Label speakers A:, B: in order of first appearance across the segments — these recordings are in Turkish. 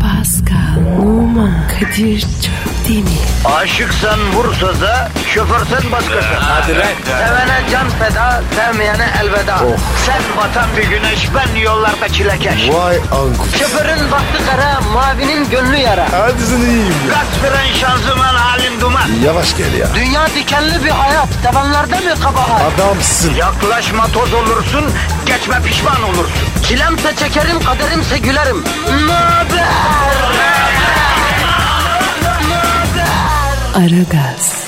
A: Pascal, Oman, Kadir çok değil mi?
B: Aşıksan vursa da şoförsen başkasın. Hadi
C: lan. Oh.
B: Sevene can feda, sevmeyene elveda. Sen batan bir güneş, ben yollarda çilekeş.
C: Vay anku.
B: Şoförün baktı kara, mavinin gönlü yara.
C: Hadi sen iyiyim ya.
B: Kasperen şanzıman halin duman.
C: Yavaş gel ya.
B: Dünya dikenli bir hayat, sevenlerde mi kabahar?
C: Adamsın.
B: Yaklaşma toz olursun, geçme pişman olursun. Çilemse çekerim, kaderimse gülerim. Möber!
A: Aragaz,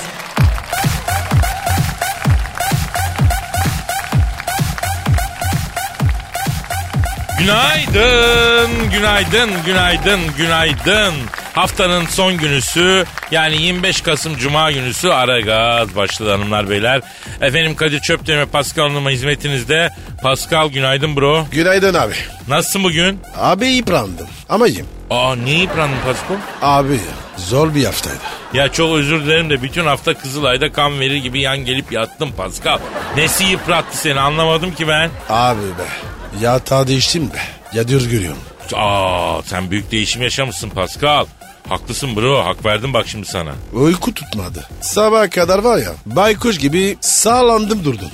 D: Günaydın, günaydın, günaydın, günaydın. Haftanın son günüsü yani 25 Kasım Cuma günüsü Aragaz başladı hanımlar beyler. Efendim Kadir Çöptemir Pascal Hanım'a hizmetinizde. Pascal günaydın bro.
C: Günaydın abi.
D: Nasılsın bugün?
C: Abi yıprandım. Amacım.
D: Aa niye yıprandın Pascal?
C: Abi zor bir haftaydı.
D: Ya çok özür dilerim de bütün hafta Kızılay'da kan verir gibi yan gelip yattım Pascal. Nesi yıprattı seni anlamadım ki ben.
C: Abi be. Yatağa değiştim be. Ya diyor görüyorum.
D: Aa sen büyük değişim yaşamışsın Pascal. Haklısın bro hak verdim bak şimdi sana.
C: Uyku tutmadı. Sabaha kadar var ya baykuş gibi sağlandım durdum.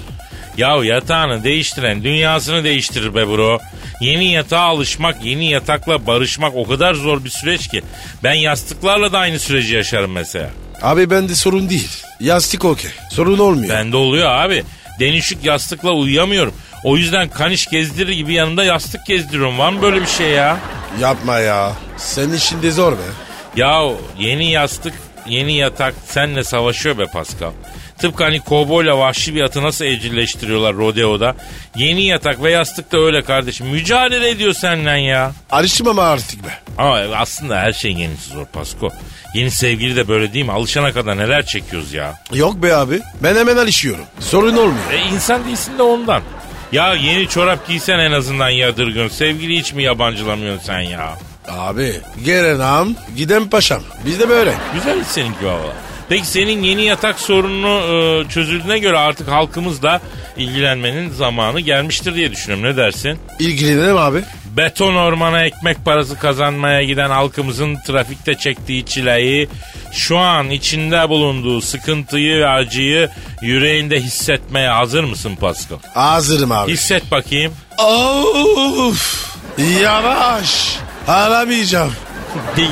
D: Ya yatağını değiştiren dünyasını değiştirir be bro. Yeni yatağa alışmak, yeni yatakla barışmak o kadar zor bir süreç ki. Ben yastıklarla da aynı süreci yaşarım mesela.
C: Abi bende sorun değil. Yastık okey. Sorun olmuyor.
D: Bende oluyor abi. Denişik yastıkla uyuyamıyorum. O yüzden kaniş gezdirir gibi yanında yastık gezdiriyorum. Var mı böyle bir şey ya?
C: Yapma ya. Senin işin de zor be.
D: Ya yeni yastık, yeni yatak senle savaşıyor be Pascal. Tıpkı hani kovboyla vahşi bir atı nasıl evcilleştiriyorlar rodeoda. Yeni yatak ve yastık da öyle kardeşim. Mücadele ediyor seninle ya.
C: Alışmam artık be.
D: Ama aslında her şey yenisi zor Pasko. Yeni sevgili de böyle değil mi? Alışana kadar neler çekiyoruz ya.
C: Yok be abi. Ben hemen alışıyorum. Sorun olmuyor.
D: E insan değilsin de ondan. Ya yeni çorap giysen en azından yadırgın. Sevgili hiç mi yabancılamıyorsun sen ya?
C: Abi gelen am giden paşam. Biz de böyle.
D: Güzel hiç seninki valla. Peki senin yeni yatak sorununu e, çözüldüğüne göre artık halkımızla ilgilenmenin zamanı gelmiştir diye düşünüyorum. Ne dersin?
C: İlgilenelim abi.
D: Beton ormana ekmek parası kazanmaya giden halkımızın trafikte çektiği çileyi, şu an içinde bulunduğu sıkıntıyı ve acıyı yüreğinde hissetmeye hazır mısın Pascal?
C: Hazırım abi.
D: Hisset bakayım.
C: Of. Yavaş. Aramayacağım.
D: Değil.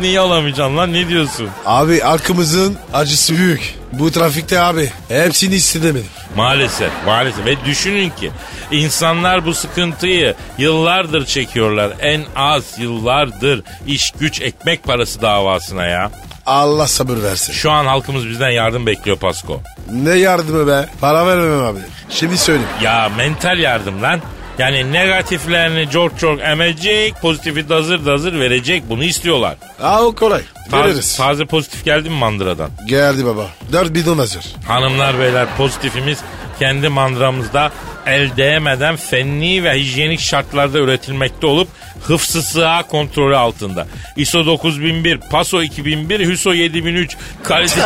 D: Niye alamayacaksın lan ne diyorsun?
C: Abi halkımızın acısı büyük. Bu trafikte abi. Hepsini istemedim.
D: Maalesef, maalesef. Ve düşünün ki insanlar bu sıkıntıyı yıllardır çekiyorlar. En az yıllardır iş güç ekmek parası davasına ya.
C: Allah sabır versin.
D: Şu an halkımız bizden yardım bekliyor Pasko.
C: Ne yardımı be? Para vermem abi. Şimdi söyleyeyim.
D: Ya mental yardım lan. Yani negatiflerini çok çok emecek, pozitifi de hazır da hazır verecek. Bunu istiyorlar.
C: Aa o kolay.
D: Taze-
C: Veririz.
D: Taze pozitif geldi mi mandıradan?
C: Geldi baba. Dört bidon hazır.
D: Hanımlar beyler pozitifimiz kendi mandıramızda el değmeden fenni ve hijyenik şartlarda üretilmekte olup hıfzı sığa kontrolü altında. ISO 9001, PASO 2001, HÜSO 7003 kalite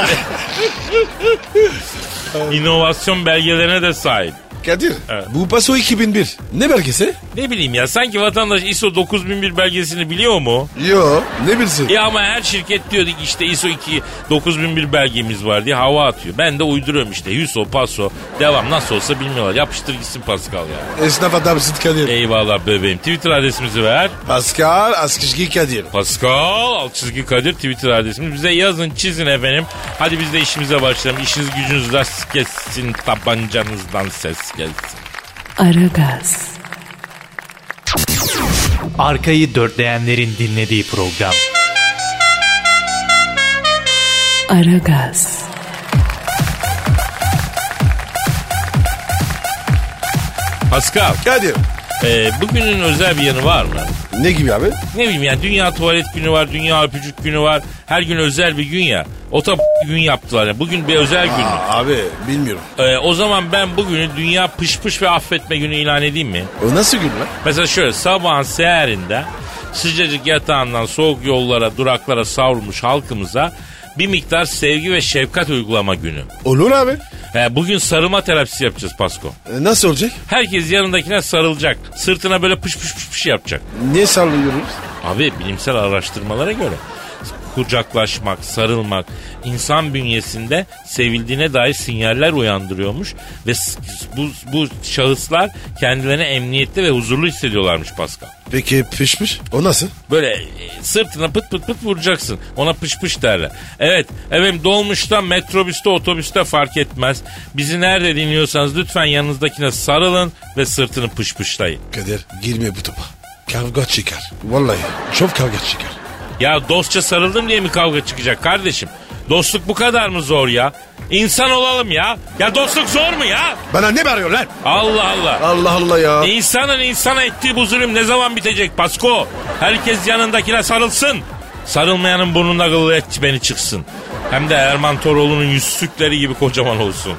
D: inovasyon belgelerine de sahip.
C: Kadir.
D: Evet.
C: Bu paso 2001. Ne belgesi?
D: Ne bileyim ya sanki vatandaş ISO 9001 belgesini biliyor mu?
C: Yo. Ne bilsin?
D: Ya ama her şirket diyordu ki işte ISO 2 9001 belgemiz var diye hava atıyor. Ben de uyduruyorum işte Yuso, Paso devam nasıl olsa bilmiyorlar. Yapıştır gitsin Pascal ya.
C: Esnaf adamsın Kadir.
D: Eyvallah bebeğim. Twitter adresimizi ver.
C: Pascal Askışki Kadir.
D: Pascal alt çizgi Kadir Twitter adresimiz. Bize yazın çizin efendim. Hadi biz de işimize başlayalım. İşiniz gücünüz rast kessin. Tabancanızdan ses gelsin.
A: Aragaz,
E: Arkayı dörtleyenlerin dinlediği program.
A: Aragaz,
D: Pascal
C: Kadir.
D: e, bugünün özel bir yanı var mı?
C: Ne gibi abi?
D: Ne bileyim yani dünya tuvalet günü var, dünya öpücük günü var. Her gün özel bir gün ya. O da gün yaptılar. ya. Bugün bir özel gün.
C: Aa, abi bilmiyorum.
D: Ee, o zaman ben bugünü dünya pış pış ve affetme günü ilan edeyim mi?
C: O nasıl gün lan?
D: Mesela şöyle sabahın seherinde sıcacık yatağından soğuk yollara, duraklara savrulmuş halkımıza bir miktar sevgi ve şefkat uygulama günü.
C: Olur abi.
D: Ee, bugün sarılma terapisi yapacağız Pasko.
C: E, nasıl olacak?
D: Herkes yanındakine sarılacak. Sırtına böyle pış pış pış pış yapacak.
C: Niye sallıyoruz?
D: Abi bilimsel araştırmalara göre kucaklaşmak, sarılmak insan bünyesinde sevildiğine dair sinyaller uyandırıyormuş ve s- bu, bu şahıslar kendilerini emniyette ve huzurlu hissediyorlarmış Pascal.
C: Peki pişmiş? O nasıl?
D: Böyle e, sırtına pıt pıt pıt vuracaksın. Ona pış pış derler. Evet efendim dolmuşta, metrobüste, otobüste fark etmez. Bizi nerede dinliyorsanız lütfen yanınızdakine sarılın ve sırtını pış pışlayın.
C: Kadir girme bu topa. Kavga çıkar. Vallahi çok kavga çıkar.
D: Ya dostça sarıldım diye mi kavga çıkacak kardeşim? Dostluk bu kadar mı zor ya? İnsan olalım ya. Ya dostluk zor mu ya?
C: Bana ne bağırıyor lan?
D: Allah Allah.
C: Allah Allah ya.
D: İnsanın insana ettiği bu zulüm ne zaman bitecek Pasko? Herkes yanındakine sarılsın. Sarılmayanın burnunda gıllı et beni çıksın. Hem de Erman Toroğlu'nun yüzsükleri gibi kocaman olsun.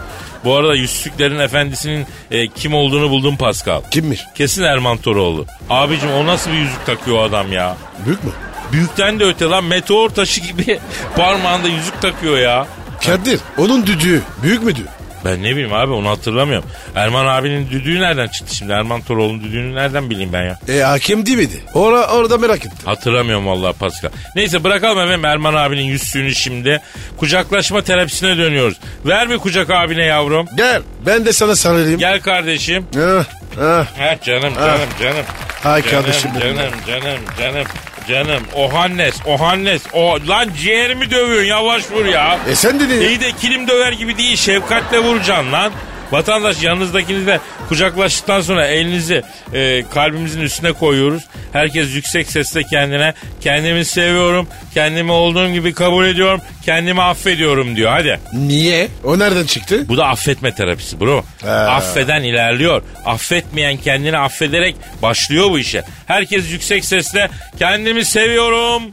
D: Bu arada yüzsüklerin efendisinin e, kim olduğunu buldum Pascal.
C: Kimmiş?
D: Kesin Erman Toroğlu. Abicim o nasıl bir yüzük takıyor o adam ya?
C: Büyük mü?
D: Büyükten de öte lan meteor taşı gibi parmağında yüzük takıyor ya.
C: Kadir onun düdüğü büyük müdü?
D: Ben ne bileyim abi onu hatırlamıyorum. Erman abinin düdüğü nereden çıktı şimdi? Erman Toroğlu'nun düdüğünü nereden bileyim ben ya?
C: E hakem değil miydi? Ora, orada merak ettim.
D: Hatırlamıyorum vallahi Pascal. Neyse bırakalım efendim Erman abinin yüzsüğünü şimdi. Kucaklaşma terapisine dönüyoruz. Ver bir kucak abine yavrum.
C: Gel ben de sana sarılayım.
D: Gel kardeşim.
C: Ah, ah.
D: Ha canım canım canım.
C: Ay
D: Canım,
C: kardeşim benim.
D: Canım canım canım canım. Ohannes Ohannes. O lan ciğerimi dövüyorsun yavaş vur ya.
C: E sen dedin ya.
D: İyi de kilim döver gibi değil şefkatle vuracaksın lan. Vatandaş yanınızdakinizle kucaklaştıktan sonra elinizi e, kalbimizin üstüne koyuyoruz. Herkes yüksek sesle kendine kendimi seviyorum, kendimi olduğum gibi kabul ediyorum, kendimi affediyorum diyor. Hadi.
C: Niye? O nereden çıktı?
D: Bu da affetme terapisi bro. Affeden ilerliyor. Affetmeyen kendini affederek başlıyor bu işe. Herkes yüksek sesle kendimi seviyorum,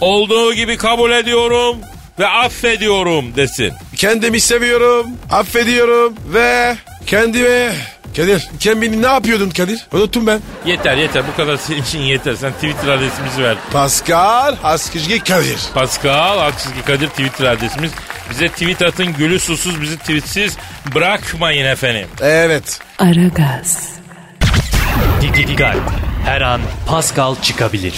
D: olduğu gibi kabul ediyorum ve affediyorum desin.
C: Kendimi seviyorum, affediyorum ve kendime... Kadir, kendini ne yapıyordun Kadir? Unuttum ben.
D: Yeter yeter bu kadar senin için yeter. Sen Twitter adresimizi ver.
C: Pascal Askizgi Kadir.
D: Pascal Aksizgi Kadir Twitter adresimiz. Bize tweet atın gülü susuz bizi tweetsiz bırakmayın efendim.
C: Evet.
A: Aragaz,
E: Didi Galp. Her an Pascal çıkabilir.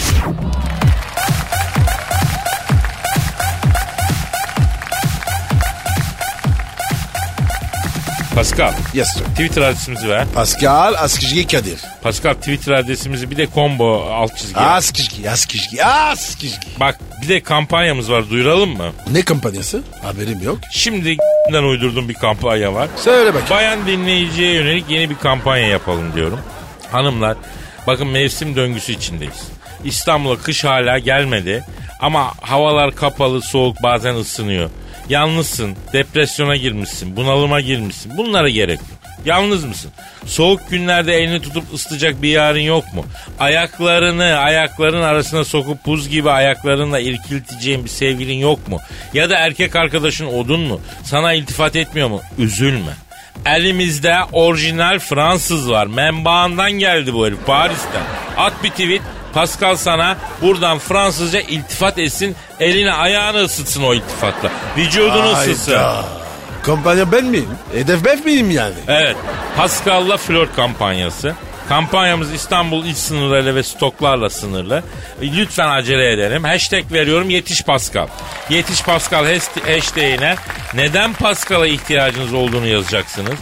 D: Pascal
C: Yes sir.
D: Twitter adresimizi ver.
C: Pascal Askizgi Kadir.
D: Pascal Twitter adresimizi bir de combo alt çizgi.
C: Askizgi, Askizgi, Askizgi.
D: Bak bir de kampanyamız var duyuralım mı?
C: Ne kampanyası? Haberim yok.
D: Şimdi den uydurduğum bir kampanya var.
C: Söyle bakayım.
D: Bayan dinleyiciye yönelik yeni bir kampanya yapalım diyorum. Hanımlar bakın mevsim döngüsü içindeyiz. İstanbul'a kış hala gelmedi ama havalar kapalı soğuk bazen ısınıyor. Yalnızsın, depresyona girmişsin, bunalıma girmişsin. Bunlara gerek yok. Yalnız mısın? Soğuk günlerde elini tutup ısıtacak bir yarın yok mu? Ayaklarını ayakların arasına sokup buz gibi ayaklarınla irkilteceğin bir sevgilin yok mu? Ya da erkek arkadaşın odun mu? Sana iltifat etmiyor mu? Üzülme. Elimizde orijinal Fransız var. Menbaandan geldi bu herif Paris'ten. At bir tweet. Pascal sana buradan Fransızca iltifat etsin. Elini ayağını ısıtsın o iltifatla. Vücudunu ısıtsın.
C: Hayda. Kampanya ben miyim? Hedef ben miyim yani?
D: Evet. Pascal'la flört kampanyası. Kampanyamız İstanbul iç sınırlarıyla ve stoklarla sınırlı. E, Lütfen acele edelim. Hashtag veriyorum yetiş Pascal. Yetiş Pascal has- hashtagine neden Pascal'a ihtiyacınız olduğunu yazacaksınız.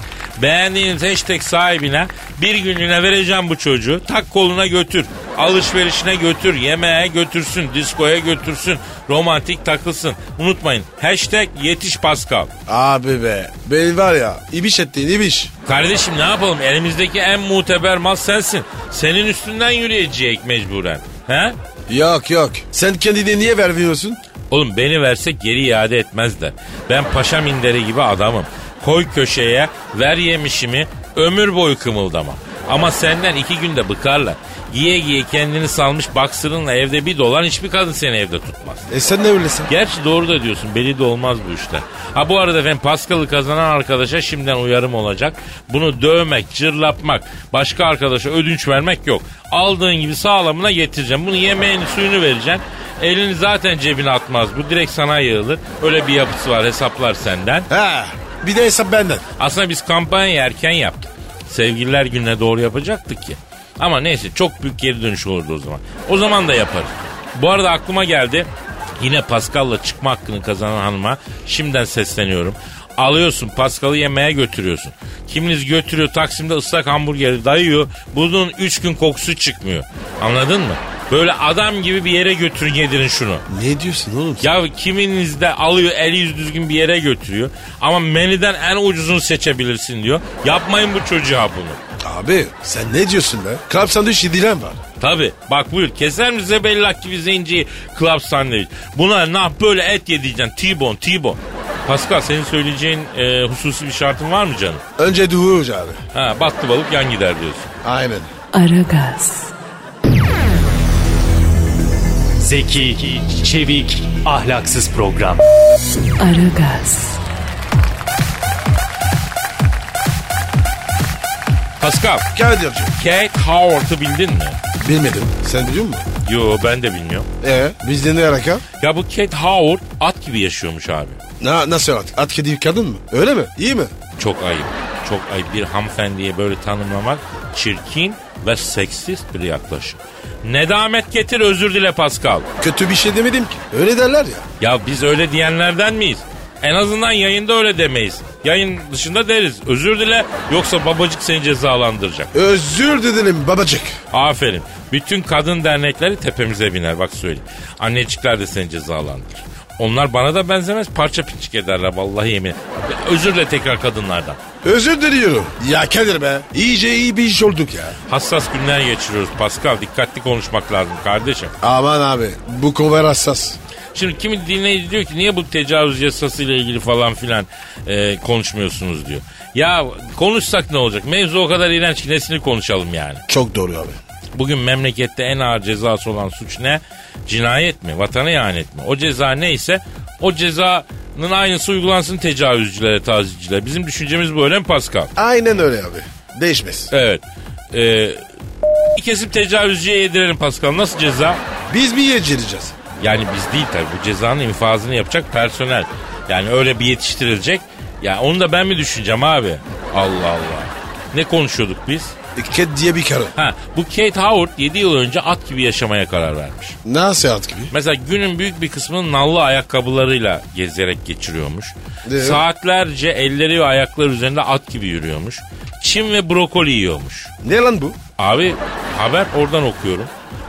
D: Beğendiğiniz hashtag sahibine bir günlüğüne vereceğim bu çocuğu. Tak koluna götür. Alışverişine götür. Yemeğe götürsün. Diskoya götürsün. Romantik takılsın. Unutmayın. Hashtag yetiş Pascal.
C: Abi be. Beni var ya. İbiş ettiğin ibiş.
D: Kardeşim ne yapalım elimizdeki en muteber mal sensin. Senin üstünden yürüyecek mecburen. He?
C: Yok yok. Sen kendini niye vermiyorsun?
D: Oğlum beni versek geri iade etmezler. Ben paşa minderi gibi adamım. Koy köşeye ver yemişimi ömür boyu kımıldama. Ama senden iki günde bıkarlar. Giye giye kendini salmış baksırınla evde bir dolan hiçbir kadın seni evde tutmaz.
C: E sen ne öylesin?
D: Gerçi doğru da diyorsun belli de olmaz bu işler. Ha bu arada efendim Paskal'ı kazanan arkadaşa şimdiden uyarım olacak. Bunu dövmek, cırlatmak, başka arkadaşa ödünç vermek yok. Aldığın gibi sağlamına getireceğim. Bunu yemeğini suyunu vereceksin. Elini zaten cebine atmaz. Bu direkt sana yığılır. Öyle bir yapısı var hesaplar senden.
C: Ha. Bir de hesap benden.
D: Aslında biz kampanyayı erken yaptık. Sevgililer gününe doğru yapacaktık ki. Ama neyse çok büyük geri dönüş olurdu o zaman. O zaman da yaparız. Bu arada aklıma geldi. Yine Pascal'la çıkma hakkını kazanan hanıma şimdiden sesleniyorum. Alıyorsun Pascal'ı yemeğe götürüyorsun. Kiminiz götürüyor Taksim'de ıslak hamburgeri dayıyor. Bunun 3 gün kokusu çıkmıyor. Anladın mı? Böyle adam gibi bir yere götürün yedirin şunu.
C: Ne diyorsun oğlum? sen?
D: Ya kiminiz de alıyor eli yüz düzgün bir yere götürüyor. Ama menüden en ucuzunu seçebilirsin diyor. Yapmayın bu çocuğa bunu.
C: Abi sen ne diyorsun be? Kalp sandviç yedilen var.
D: Tabi bak buyur keser mi zebellak gibi zenciyi club sandviç. Buna nah böyle et yedireceksin T-bone T-bone. Pascal senin söyleyeceğin e, hususi bir şartın var mı canım?
C: Önce duruyoruz abi.
D: Ha battı balık yan gider diyorsun.
C: Aynen.
A: Aragaz,
E: Zeki, çevik, ahlaksız program.
A: Aragaz,
D: Pascal
C: Kadir
D: Kate Howard'ı bildin mi?
C: Bilmedim. Sen biliyor musun?
D: Yo ben de bilmiyorum.
C: Ee, bizde ne alaka?
D: Ya bu Kate Howard at gibi yaşıyormuş abi.
C: Na, nasıl at? At kedi kadın mı? Öyle mi? İyi mi?
D: Çok ayıp. Çok ayıp. Bir hanımefendiye böyle tanımlamak çirkin ve seksist bir yaklaşım. Nedamet getir özür dile Pascal.
C: Kötü bir şey demedim ki. Öyle derler ya.
D: Ya biz öyle diyenlerden miyiz? En azından yayında öyle demeyiz. Yayın dışında deriz. Özür dile yoksa babacık seni cezalandıracak.
C: Özür dilerim babacık.
D: Aferin. Bütün kadın dernekleri tepemize biner bak söyleyeyim. Annecikler de seni cezalandırır. Onlar bana da benzemez parça pinçik ederler vallahi yemin. Özür dile tekrar kadınlardan.
C: Özür diliyorum. Ya Kadir be. İyice iyi bir iş olduk ya.
D: Hassas günler geçiriyoruz Pascal. Dikkatli konuşmak lazım kardeşim.
C: Aman abi. Bu konular hassas.
D: Şimdi kimi dinleyici diyor ki niye bu tecavüz yasası ile ilgili falan filan e, konuşmuyorsunuz diyor. Ya konuşsak ne olacak? Mevzu o kadar iğrenç ki nesini konuşalım yani.
C: Çok doğru abi.
D: Bugün memlekette en ağır cezası olan suç ne? Cinayet mi? Vatana ihanet mi? O ceza neyse o cezanın aynısı uygulansın tecavüzcülere, tazicilere. Bizim düşüncemiz bu öyle mi Pascal?
C: Aynen öyle abi. Değişmez.
D: Evet. Ee, bir kesip tecavüzcüye yedirelim Pascal. Nasıl ceza?
C: Biz bir yedireceğiz.
D: Yani biz değil tabii bu cezanın infazını yapacak personel. Yani öyle bir yetiştirilecek. Ya onu da ben mi düşüneceğim abi? Allah Allah. Ne konuşuyorduk biz?
C: Ket E, diye bir karı.
D: Ha bu Kate Howard 7 yıl önce at gibi yaşamaya karar vermiş.
C: Nasıl at gibi?
D: Mesela günün büyük bir kısmını nallı ayakkabılarıyla gezerek geçiriyormuş.
C: Evet.
D: Saatlerce elleri ve ayakları üzerinde at gibi yürüyormuş. Çim ve brokoli yiyormuş.
C: Ne lan bu?
D: Abi haber oradan okuyorum.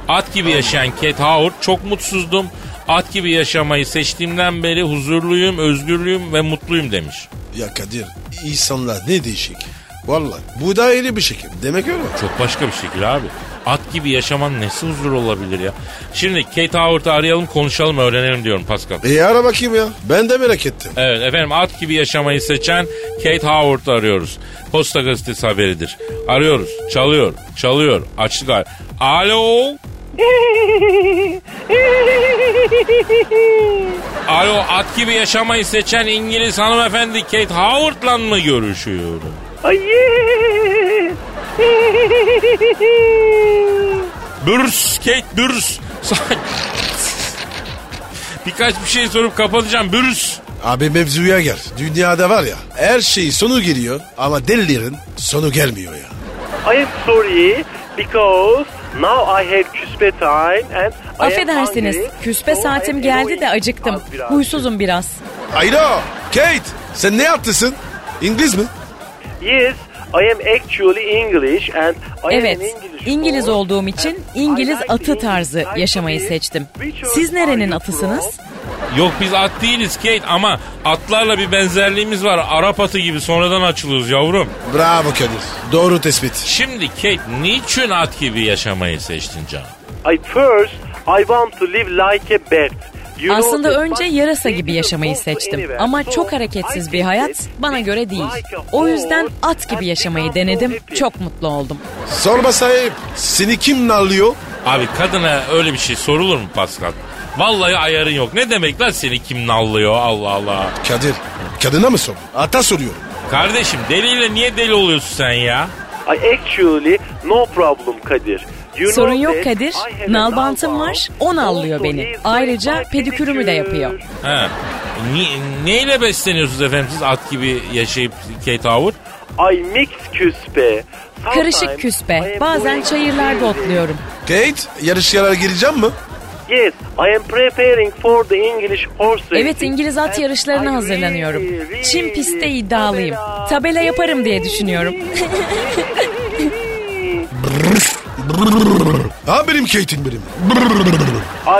D: At gibi yaşayan Kate Howard çok mutsuzdum. At gibi yaşamayı seçtiğimden beri huzurluyum, özgürlüyüm ve mutluyum demiş.
C: Ya Kadir insanlar ne değişik. Vallahi bu da ayrı bir şekil. Demek öyle.
D: Çok başka bir şekil abi. At gibi yaşamanın nesi huzur olabilir ya? Şimdi Kate Howard'ı arayalım konuşalım öğrenelim diyorum Pascal.
C: E ara bakayım ya. Ben de merak ettim.
D: Evet efendim at gibi yaşamayı seçen Kate Howard'ı arıyoruz. Posta gazetesi haberidir. Arıyoruz. Çalıyor. Çalıyor. Açtık. ar- Alo. Alo at gibi yaşamayı seçen İngiliz hanımefendi Kate Howard'la mı görüşüyorum? Bürs Kate bürs. Birkaç bir şey sorup kapatacağım. Bürs.
C: Abi mevzuya gel. Dünyada var ya her şey sonu geliyor ama delilerin sonu gelmiyor ya.
F: I am sorry because now I have küspe time and I am
G: Affedersiniz.
F: hungry.
G: Küspe
F: So I am
G: saatim geldi de
F: annoying.
G: acıktım.
F: Az biraz.
G: Huysuzum biraz.
C: Alo Kate sen ne yaptısın? İngiliz mi?
F: Yes, I am actually English and I
G: Evet.
F: am an English
G: İngiliz
F: boy.
G: olduğum için İngiliz
F: I like
G: atı
F: English
G: tarzı
F: type
G: yaşamayı
F: of it.
G: seçtim.
F: Which
G: Siz
F: one are
G: nerenin
F: you
G: atısınız?
D: Yok biz at değiliz Kate ama atlarla bir benzerliğimiz var. Arap atı gibi sonradan açılıyoruz yavrum.
C: Bravo Kadir. Doğru tespit.
D: Şimdi Kate niçin at gibi yaşamayı seçtin canım?
F: I first I want to live like a bird. You know
G: Aslında
F: that
G: önce
F: but
G: yarasa
F: they
G: gibi
F: didn't
G: yaşamayı
F: go to
G: seçtim
F: anywhere.
G: ama
F: So
G: çok
F: I
G: hareketsiz bir
F: think
G: hayat
F: that
G: bana göre
F: it's
G: değil.
F: like a
G: O yüzden
F: horse
G: at
F: and
G: gibi yaşamayı
F: become so
G: denedim.
F: happy.
G: Çok mutlu oldum.
C: Sorma sahip. Seni kim nallıyor?
D: Abi kadına öyle bir şey sorulur mu Pascal? Vallahi ayarın yok. Ne demek lan seni kim nallıyor Allah Allah.
C: Kadir kadına mı sor? Ata soruyorum.
D: Kardeşim deliyle niye deli oluyorsun sen ya?
F: I actually no problem Kadir. You
G: Sorun
F: know
G: yok
F: that
G: Kadir.
F: I have a
G: Nalbantım var. O nallıyor
F: Also
G: beni.
F: is
G: Ayrıca
F: my
G: pedikürümü de yapıyor.
F: pedicure.
D: He. Ni- neyle besleniyorsunuz efendim siz at gibi yaşayıp Kate Howard?
F: I mix küspe.
G: Karışık küspe. Bazen çayırlarda otluyorum.
C: Kate yarışlara gireceğim mi?
F: Yes, I am preparing for the English horse racing.
G: Evet İngiliz at yarışlarına
F: And I
G: hazırlanıyorum.
F: really, really
G: Çim pistte iddialıyım. Tabela yaparım diye düşünüyorum.
C: Ha benim Kate'im benim.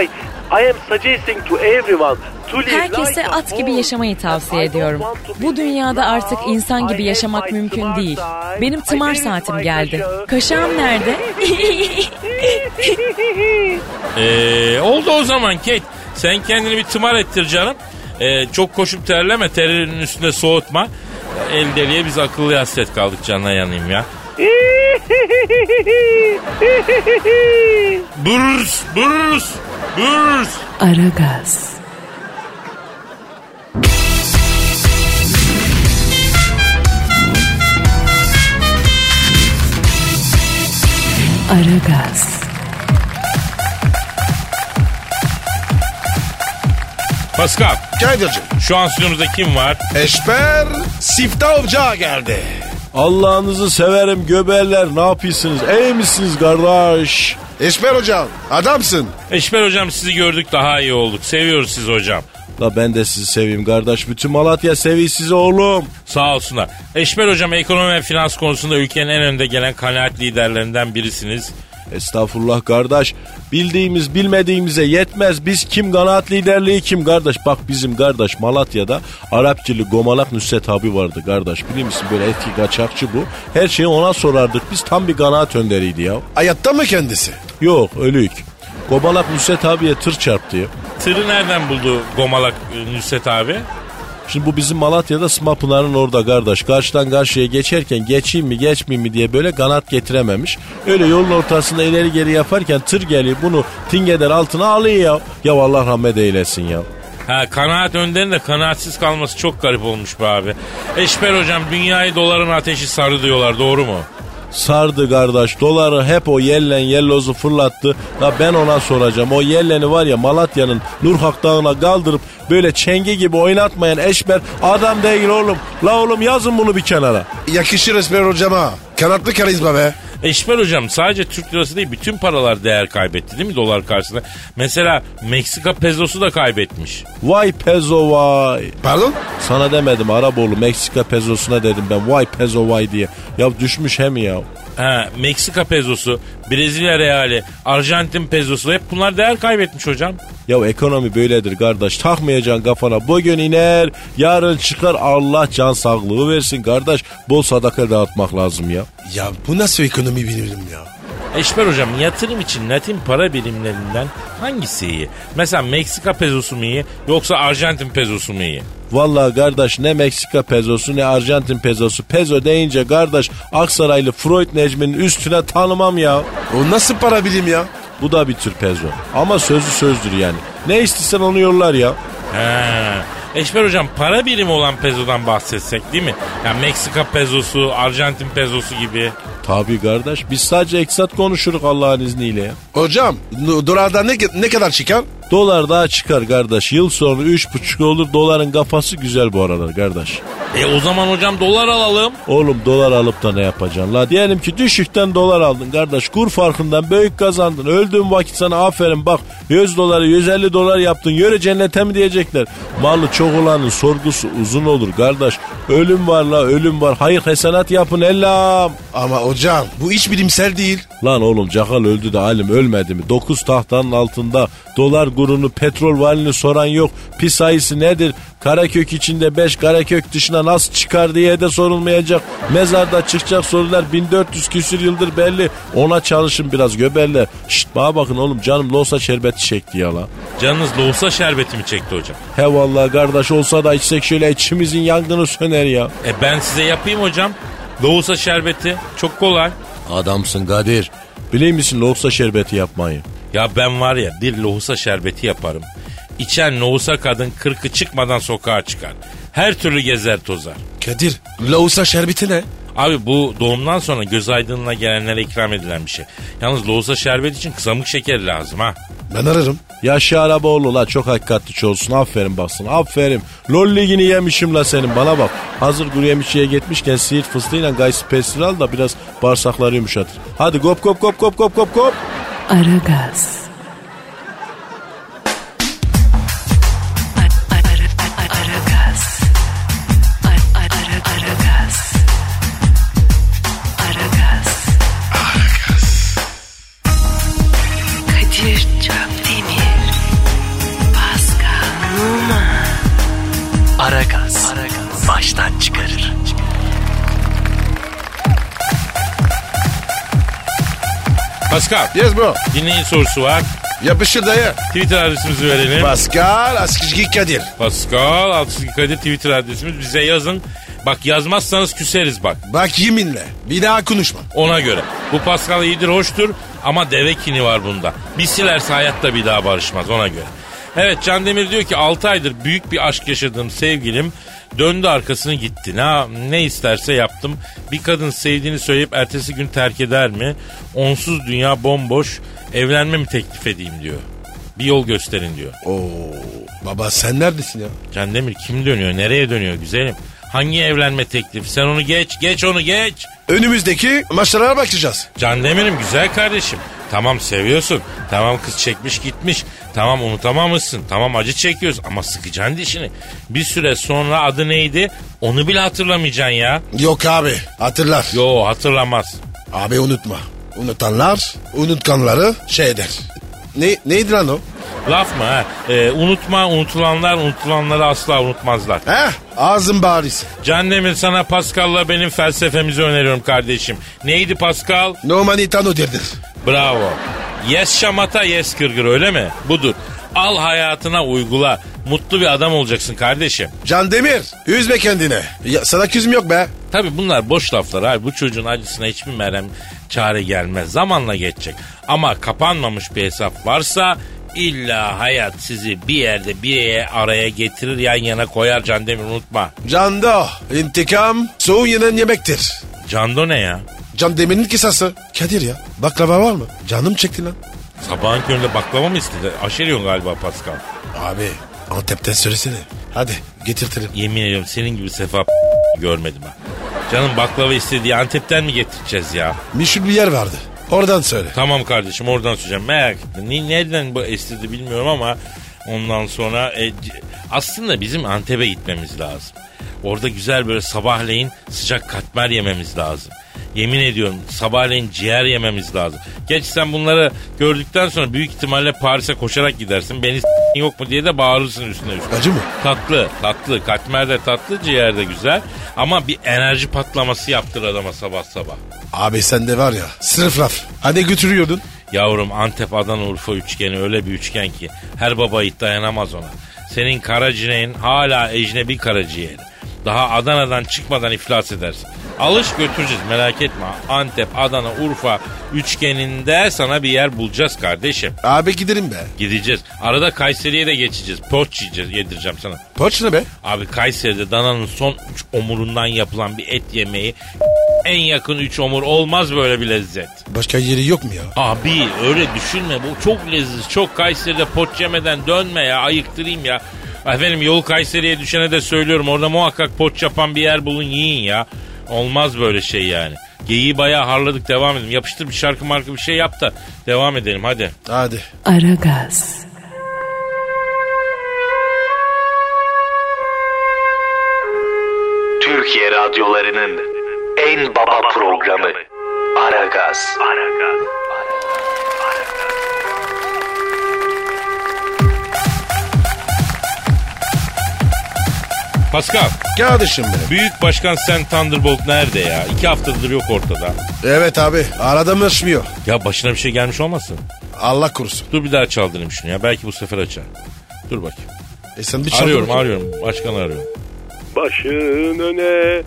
F: I, I am suggesting to everyone to live
G: Herkese
F: like a
G: at gibi
F: horse.
G: yaşamayı tavsiye
F: I don't
G: ediyorum.
F: want to be
G: Bu dünyada
F: now.
G: artık insan gibi
F: I
G: yaşamak
F: have my
G: mümkün
F: tımar
G: değil.
F: saat.
G: Benim
F: I
G: tımar
F: finished my
G: saatim geldi.
F: kaşığı.
G: Kaşağım nerede?
D: Ee, oldu o zaman Kate. Sen kendini bir tımar ettir canım. Ee, çok koşup terleme. Terinin üstünde soğutma. El deliye biz akıllı hasret kaldık canına yanayım ya. Burs, burs, burs.
A: Aragaz, Aragaz,
D: Pascal,
C: Kadir'cim.
D: şu an stüdyomuzda kim var?
C: Eşber siftavca geldi. Allah'ınızı severim göberler ne yapıyorsunuz? İyi misiniz kardeş? Eşber hocam adamsın.
D: Eşber hocam sizi gördük daha iyi olduk. Seviyoruz sizi hocam.
H: La ben de sizi seveyim kardeş. Bütün Malatya seviyor sizi oğlum.
D: Sağ olsunlar. Eşber hocam ekonomi ve finans konusunda ülkenin en önde gelen kanaat liderlerinden birisiniz.
H: Estağfurullah kardeş. Bildiğimiz bilmediğimize yetmez. Biz kim kanaat liderliği kim kardeş? Bak bizim kardeş Malatya'da Arapçılı Gomalak Nusret abi vardı kardeş. Bilir misin böyle etki kaçakçı bu. Her şeyi ona sorardık. Biz tam bir kanaat önderiydi ya.
C: Hayatta mı kendisi?
H: Yok ölük. Gomalak Nusret abiye tır çarptı ya.
D: Tırı nereden buldu Gomalak e, Nusret abi?
H: Şimdi bu bizim Malatya'da Smapınar'ın orada kardeş. Karşıdan karşıya geçerken geçeyim mi geçmeyeyim mi diye böyle kanat getirememiş. Öyle yolun ortasında ileri geri yaparken tır geliyor bunu tingeder altına alıyor ya. Ya Allah rahmet eylesin ya.
D: Ha kanaat önderin de kanaatsiz kalması çok garip olmuş be abi. Eşber hocam dünyayı doların ateşi sardı diyorlar doğru mu?
H: Sardı kardeş doları hep o yellen yellozu fırlattı. Ya ben ona soracağım o yelleni var ya Malatya'nın Nurhak Dağı'na kaldırıp böyle çenge gibi oynatmayan eşber adam değil oğlum. La oğlum yazın bunu bir kenara.
C: Yakışır Eşber hocama. Kanatlı karizma be.
D: Eşber hocam sadece Türk lirası değil bütün paralar değer kaybetti değil mi dolar karşısında? Mesela Meksika pezosu da kaybetmiş.
H: Vay pezo vay.
C: Pardon?
H: Sana demedim Araboğlu Meksika pezosuna dedim ben vay pezo vay diye. Ya düşmüş hem ya.
D: Ha, Meksika pezosu, Brezilya reali, Arjantin pezosu hep bunlar değer kaybetmiş hocam.
H: Ya ekonomi böyledir kardeş takmayacaksın kafana. Bugün iner yarın çıkar Allah can sağlığı versin kardeş. Bol sadaka dağıtmak lazım ya.
C: Ya bu nasıl ekonomi bilmiyorum ya.
D: Eşber hocam yatırım için Latin para birimlerinden hangisi iyi? Mesela Meksika pezosu mu iyi yoksa Arjantin pezosu mu iyi?
H: Vallahi kardeş ne Meksika pezosu ne Arjantin pezosu. Pezo deyince kardeş Aksaraylı Freud Necmi'nin üstüne tanımam ya.
C: O nasıl para bilim ya?
H: Bu da bir tür pezo. Ama sözlü sözdür yani. Ne istesen onu yollar ya.
D: Ha. Eşber hocam para birimi olan pezodan bahsetsek değil mi? Yani Meksika pezosu, Arjantin pezosu gibi.
H: Tabii kardeş biz sadece eksat konuşuruk Allah'ın izniyle ya.
C: Hocam n- dolarda ne, ne kadar çıkar?
H: Dolar daha çıkar kardeş. Yıl sonu 3,5 olur. Doların kafası güzel bu aralar kardeş.
D: E o zaman hocam dolar alalım.
H: Oğlum dolar alıp da ne yapacaksın? La diyelim ki düşükten dolar aldın kardeş. Kur farkından büyük kazandın. Öldüğün vakit sana aferin bak 100 doları 150 dolar yaptın. Yöre cennete mi diyecekler? Malı çok olanın sorgusu uzun olur kardeş. Ölüm var la ölüm var. Hayır hesenat yapın ellam.
C: Ama hocam bu hiç bilimsel değil.
H: Lan oğlum cakal öldü de alim ölmedi mi? 9 tahtanın altında dolar gurunu petrol valini soran yok. Pi sayısı nedir? Karakök içinde 5 karakök dışına nasıl çıkar diye de sorulmayacak. Mezarda çıkacak sorular 1400 küsür yıldır belli. Ona çalışın biraz göberler. Şşt bana bakın oğlum canım losa şerbeti çekti ya la.
D: Canınız lohusa şerbeti mi çekti hocam?
H: He vallahi kardeş olsa da içsek şöyle içimizin yangını söner ya.
D: E ben size yapayım hocam. Lohusa şerbeti çok kolay.
H: Adamsın Kadir. Biliyor misin losa şerbeti yapmayı?
D: Ya ben var ya bir lohusa şerbeti yaparım. İçen lohusa kadın kırkı çıkmadan sokağa çıkar. Her türlü gezer tozar.
C: Kadir Lausa şerbeti ne?
D: Abi bu doğumdan sonra göz aydınlığına gelenlere ikram edilen bir şey. Yalnız lohusa şerbeti için kızamık şekeri lazım ha.
C: Ben ararım.
H: Yaşa Araboğlu la çok hakikatliçi olsun. Aferin baksın aferin. Lol ligini yemişim la senin bana bak. Hazır kuru yemişçiye gitmişken siirt fıstığıyla gaysi pestil al da biraz bağırsakları yumuşatır. Hadi gop gop gop gop gop gop gop.
A: Aragaz. Ara- ara- ara- Aragaz. Ara- ara- Aragaz. Aragaz. Kadir Çöpdemir. Pascal Numa.
E: Aragaz. Baştan çıkarır.
D: Pascal
C: Yes bro.
D: dinleyin sorusu var.
C: Yapışır dayı.
D: Twitter adresimizi verelim.
C: Pascal Askizgi Kadir.
D: Pascal Askizgi Kadir Twitter adresimiz. Bize yazın. Bak yazmazsanız küseriz bak
C: Bak yeminle bir daha konuşma.
D: ona göre. Bu Pascal iyidir hoştur ama deve kini var bunda. Bir silerse hayatta bir daha barışmaz ona göre. Evet Can Demir diyor ki 6 aydır büyük bir aşk yaşadığım sevgilim döndü arkasını gitti. Ne, ne isterse yaptım. Bir kadın sevdiğini söyleyip ertesi gün terk eder mi? Onsuz dünya bomboş evlenme mi teklif edeyim diyor. Bir yol gösterin diyor.
C: Baba sen neredesin ya?
D: Can Demir kim dönüyor? Nereye dönüyor güzelim? Hangi evlenme teklifi? Sen onu geç, geç onu geç.
C: Önümüzdeki maçlara bakacağız.
D: Can Demir'im güzel kardeşim. Tamam seviyorsun. Tamam kız çekmiş gitmiş. Tamam unutamamışsın. Tamam acı çekiyoruz ama sıkacaksın dişini. Bir süre sonra adı neydi? Onu bile hatırlamayacaksın ya.
C: Yok abi hatırlar.
D: Yo hatırlamaz.
C: Abi unutma. Unutanlar unutkanları şey eder. Ne, neydi lan o?
D: Laf mı ha? Ee, unutma unutulanlar unutulanları asla unutmazlar.
C: Heh ağzın bağırısı.
D: Can Demir sana Pascal'la benim felsefemizi öneriyorum kardeşim. Neydi Pascal?
C: No manitano derdir.
D: Bravo. Yes şamata yes kırgır öyle mi? Budur. Al hayatına uygula. Mutlu bir adam olacaksın kardeşim.
C: Can Demir üzme kendine. Ya, sana küzüm yok be.
D: Tabi bunlar boş laflar abi. Bu çocuğun acısına hiçbir merhem çare gelmez. Zamanla geçecek. Ama kapanmamış bir hesap varsa illa hayat sizi bir yerde bir yere araya getirir yan yana koyar Can Demir unutma.
C: Canda intikam soğun yenen yemektir.
D: Cando ne ya?
C: Can Demir'in kisası. Kadir ya baklava var mı? Canım çekti lan.
D: Sabahın köründe baklava mı istedi? Aşeriyon galiba Pascal.
C: Abi Antep'ten söylesene. Hadi getirtirim.
D: Yemin ediyorum senin gibi sefa görmedim ha. Canım baklava istediği Antep'ten mi getireceğiz ya?
C: Meşhur bir yer vardı. Oradan söyle.
D: Tamam kardeşim oradan söyleyeceğim. Merak etme. Ni- Nereden bu estirdi bilmiyorum ama ondan sonra e, c- aslında bizim Antep'e gitmemiz lazım. Orada güzel böyle sabahleyin sıcak katmer yememiz lazım. Yemin ediyorum sabahleyin ciğer yememiz lazım. Geç sen bunları gördükten sonra büyük ihtimalle Paris'e koşarak gidersin. Beni s- yok mu diye de bağırırsın üstüne üstüne.
C: Acı mı?
D: Tatlı, tatlı. Katmer de tatlı, ciğer de güzel. Ama bir enerji patlaması yaptır adama sabah sabah.
C: Abi sen de var ya sırf laf. Hani götürüyordun?
D: Yavrum Antep Adana Urfa üçgeni öyle bir üçgen ki her baba yiğit dayanamaz ona. Senin karaciğerin hala ecnebi karaciğeri. Daha Adana'dan çıkmadan iflas edersin. Alış götüreceğiz merak etme. Antep, Adana, Urfa üçgeninde sana bir yer bulacağız kardeşim.
C: Abi giderim be.
D: Gideceğiz. Arada Kayseri'ye de geçeceğiz. Poğaç yiyeceğiz yedireceğim sana.
C: Poç ne be?
D: Abi Kayseri'de dananın son üç omurundan yapılan bir et yemeği en yakın üç omur olmaz böyle bir lezzet.
C: Başka yeri yok mu ya?
D: Abi öyle düşünme bu çok leziz çok Kayseri'de poç yemeden dönme ya ayıktırayım ya. Efendim yol Kayseri'ye düşene de söylüyorum orada muhakkak poç yapan bir yer bulun yiyin ya. Olmaz böyle şey yani. Geyiği bayağı harladık devam edelim. Yapıştır bir şarkı markı bir şey yap da devam edelim hadi.
C: Hadi.
A: Aragaz.
I: Türkiye radyolarının en baba programı Aragaz.
D: Pascal
C: Kardeşim benim.
D: büyük başkan sen Thunderbolt nerede ya? İki haftadır yok ortada.
C: Evet abi arada açmıyor.
D: Ya başına bir şey gelmiş olmasın?
C: Allah korusun.
D: Dur bir daha çaldırayım şunu ya belki bu sefer açar. Dur bakayım.
C: E sen bir çal
D: Arıyorum
C: bakayım.
D: arıyorum başkanı arıyorum.
F: Başın öne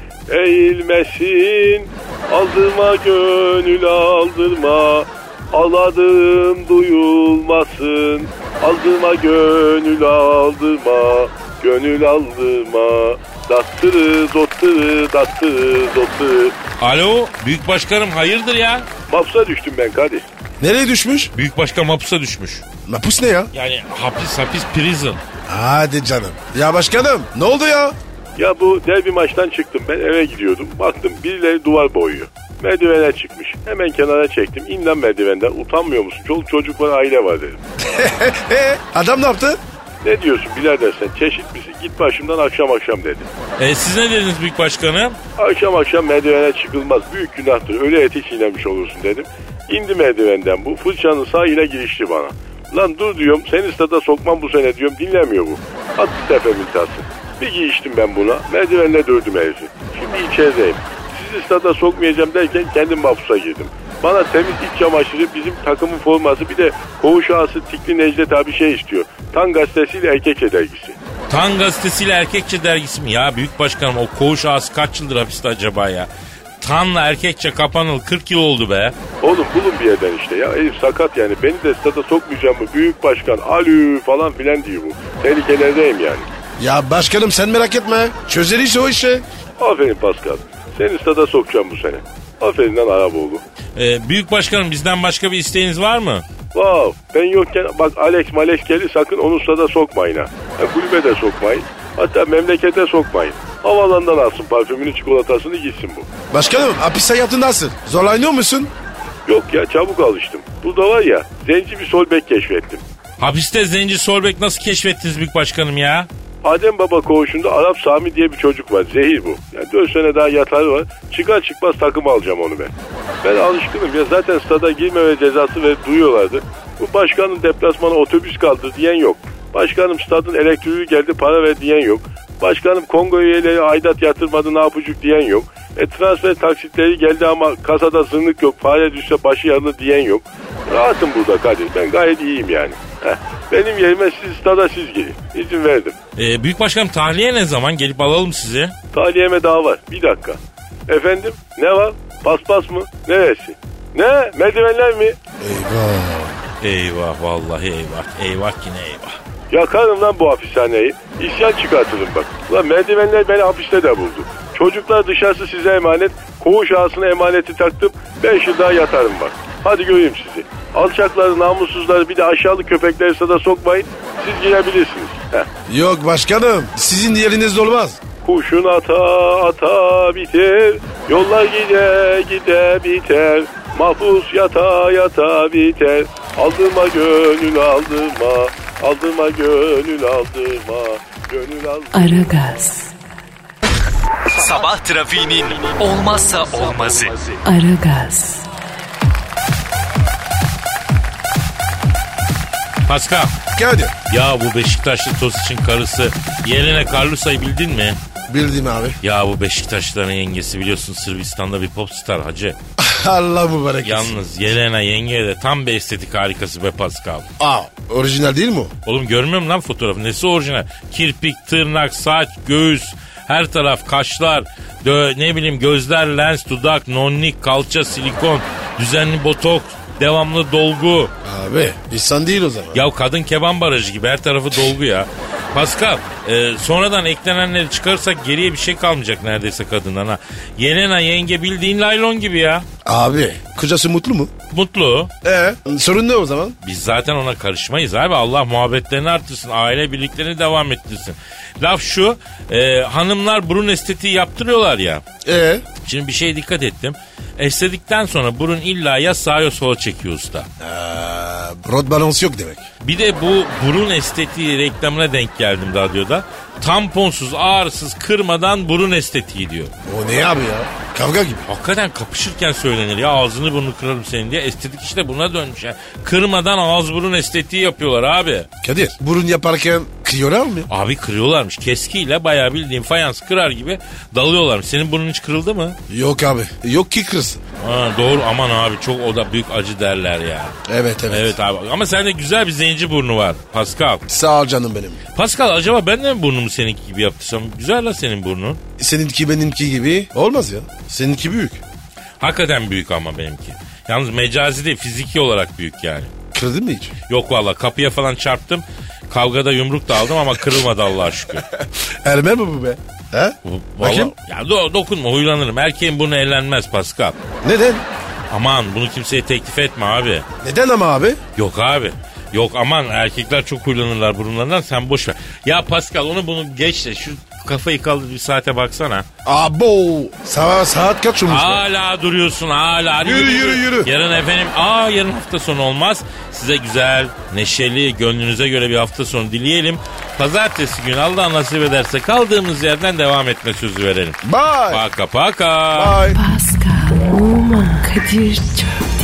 F: eğilmesin Aldırma gönül aldırma Aladığım duyulmasın Aldırma gönül aldırma Gönül aldırma Dattırı dottırı dattırı dottırı
D: Alo büyük başkanım hayırdır ya?
F: Mapsa düştüm ben kardeş
C: Nereye düşmüş?
D: Büyük başkan hapusa düşmüş.
C: Lapus ne ya?
D: Yani hapis hapis prison.
C: Hadi canım. Ya başkanım ne oldu ya?
J: Ya bu derbi maçtan çıktım ben eve gidiyordum. Baktım birileri duvar boyuyor. Merdivene çıkmış. Hemen kenara çektim. İn lan merdivenden. Utanmıyor musun? Çoluk çocuk var aile var dedim.
C: E, adam ne yaptı?
J: Ne diyorsun birader sen? Çeşit misin? Git başımdan akşam akşam dedi.
D: E, siz ne dediniz büyük başkanım?
J: Akşam akşam merdivene çıkılmaz. Büyük günahtır. Öyle eti çiğnemiş olursun dedim. İndi merdivenden bu. Fırçanın sağıyla girişti bana. Lan dur diyorum. Seni stada sokmam bu sene diyorum. Dinlemiyor bu. Attı tepemin tası. Bir giyiştim ben buna. Merdivenle dövdüm herifi. Şimdi içerideyim. Sizi stada sokmayacağım derken kendim mahpusa girdim. Bana temiz iç çamaşırı, bizim takımın forması bir de koğuş ağası Tikli Necdet abi şey istiyor. Tan gazetesiyle erkek dergisi.
D: Tan gazetesiyle erkekçe dergisi mi? Ya büyük başkanım o koğuş ağası kaç yıldır hapiste acaba ya? Tanla erkekçe kapanalı 40 yıl oldu be.
J: Oğlum bulun bir yerden işte ya. Elif sakat yani. Beni de stada sokmayacağım mı? Büyük başkan alü falan filan diyor bu. Tehlikelerdeyim yani.
C: Ya başkanım sen merak etme. Çözer iş o işi.
J: Aferin Pascal. Seni stada sokacağım bu sene. Aferin lan Araboğlu.
D: E, büyük başkanım bizden başka bir isteğiniz var mı?
J: Vav ben yokken bak Alex Malex gelir sakın onu stada sokmayın ha. Ya, kulübe de sokmayın. Hatta memlekete sokmayın. Havalandan alsın parfümünü çikolatasını gitsin bu.
C: Başkanım hapiste yattın nasıl? Zorlanıyor musun?
J: Yok ya çabuk alıştım. Burada var ya zenci bir sol bek keşfettim.
D: Hapiste zenci Solbek nasıl keşfettiniz büyük başkanım ya?
J: Adem Baba koğuşunda Arap Sami diye bir çocuk var. Zehir bu. Yani 4 sene daha yatarı var. Çıkar çıkmaz takım alacağım onu ben. Ben alışkınım ya zaten stada girmeme cezası ve duyuyorlardı. Bu başkanın deplasmana otobüs kaldı diyen yok. Başkanım stadın elektriği geldi para ver diyen yok. Başkanım Kongo üyeleri aidat yatırmadı ne yapacak diyen yok. E transfer taksitleri geldi ama kasada zırnık yok. Fare düşse başı yanı diyen yok. Rahatım burada Kadir. Ben gayet iyiyim yani. Heh, benim yerime siz stada siz girin. İzin verdim.
D: E, büyük başkanım tahliye ne zaman? Gelip alalım sizi.
J: Tahliyeme daha var. Bir dakika. Efendim? Ne var? Paspas mı? Neresi? Ne? Merdivenler mi?
D: Eyvah vallahi eyvah. Eyvah yine eyvah.
J: Yakarım lan bu hapishaneyi. İsyan çıkartırım bak. Lan merdivenler beni hapiste de buldu. Çocuklar dışarısı size emanet. Koğuş ağasına emaneti taktım. Beş yıl daha yatarım bak. Hadi göreyim sizi. Alçakları, namussuzları bir de aşağılık köpekleri sada sokmayın. Siz girebilirsiniz. Heh.
C: Yok başkanım sizin yerinizde olmaz.
J: Kuşun ata ata biter, yollar gide gide biter. Mahpus yata yata biter. Aldırma gönül aldırma, aldırma gönül aldırma, gönül aldırma.
A: Aragaz,
E: Sabah trafiğinin olmazsa olmazı.
A: Aragaz,
D: Pascal.
C: Kadir.
D: Ya bu Beşiktaşlı Tosic'in karısı Yelena Carlosa'yı bildin mi?
C: Bildim abi.
D: Ya bu Beşiktaşlıların yengesi biliyorsun Sırbistan'da bir popstar hacı.
C: Allah mübarek. etsin.
D: Yalnız Yelena yenge de tam bir estetik harikası be Pascal.
C: Aa, orijinal değil mi o?
D: Oğlum görmüyor musun lan fotoğrafı? Nesi orijinal? Kirpik, tırnak, saç, göğüs, her taraf kaşlar, dö- ne bileyim gözler, lens, dudak, nonnik, kalça, silikon, düzenli botoks, devamlı dolgu.
C: Abi insan değil o zaman.
D: Ya kadın keban barajı gibi her tarafı dolgu ya. Pascal, e, sonradan eklenenleri çıkarırsak geriye bir şey kalmayacak neredeyse kadından ha. Yelena yenge bildiğin laylon gibi ya.
C: Abi kocası mutlu mu?
D: Mutlu.
C: Ee, sorun ne o zaman?
D: Biz zaten ona karışmayız abi. Allah muhabbetlerini artırsın. Aile birliklerini devam ettirsin. Laf şu. e, hanımlar burun estetiği yaptırıyorlar ya.
C: Ee,
D: Şimdi bir şeye dikkat ettim. Estetikten sonra burun illa ya sağa ya sola çekiyor usta.
C: rot balans yok demek.
D: Bir de bu burun estetiği reklamına denk geldim radyoda. Tamponsuz, ağrısız, kırmadan burun estetiği diyor.
C: O ne abi ya? Kavga gibi.
D: Hakikaten kapışırken söylenir ya ağzını burnunu kırarım senin diye. Estetik işte buna dönmüş ya. Kırmadan ağız burun estetiği yapıyorlar abi.
C: Kadir burun yaparken kıyıyorlar mı?
D: Abi kırıyorlarmış. Keskiyle bayağı bildiğin fayans kırar gibi dalıyorlarmış. Senin burnun hiç kırıldı mı?
C: Yok abi. Yok ki kırsın.
D: Ha, doğru aman abi çok o da büyük acı derler ya.
C: Evet evet.
D: Evet abi ama sende güzel bir zenci burnu var Pascal.
C: Sağ ol canım benim.
D: Pascal acaba ben de mi burnumu seninki gibi yaptırsam? Güzel la senin burnun.
C: Seninki benimki gibi olmaz ya. Seninki büyük.
D: Hakikaten büyük ama benimki. Yalnız mecazi değil fiziki olarak büyük yani.
C: Kırdın mı hiç?
D: Yok valla kapıya falan çarptım. Kavgada yumruk da aldım ama kırılmadı Allah'a şükür.
C: Erme mi bu be? He?
D: Valla-
C: Bakayım.
D: Ya do- dokunma huylanırım. Erkeğin burnu eğlenmez Pascal.
C: Neden?
D: Aman bunu kimseye teklif etme abi.
C: Neden ama abi?
D: Yok abi. Yok aman erkekler çok huylanırlar burunlarından sen boş ver. Ya Pascal onu bunu geç de şu kafayı kaldır bir saate baksana.
C: Abo. Sabah saat kaç olmuş? lan?
D: Hala duruyorsun hala. Hadi
C: Yürü, yürü, yürü.
D: Yarın efendim aa yarın hafta sonu olmaz. Size güzel, neşeli, gönlünüze göre bir hafta sonu dileyelim. Pazartesi günü Allah nasip ederse kaldığımız yerden devam etme sözü verelim.
C: Bye.
D: Paka paka.
C: Bye.
A: Pascal, Oman, Kadir çok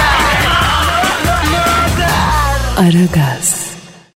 A: Aragaz.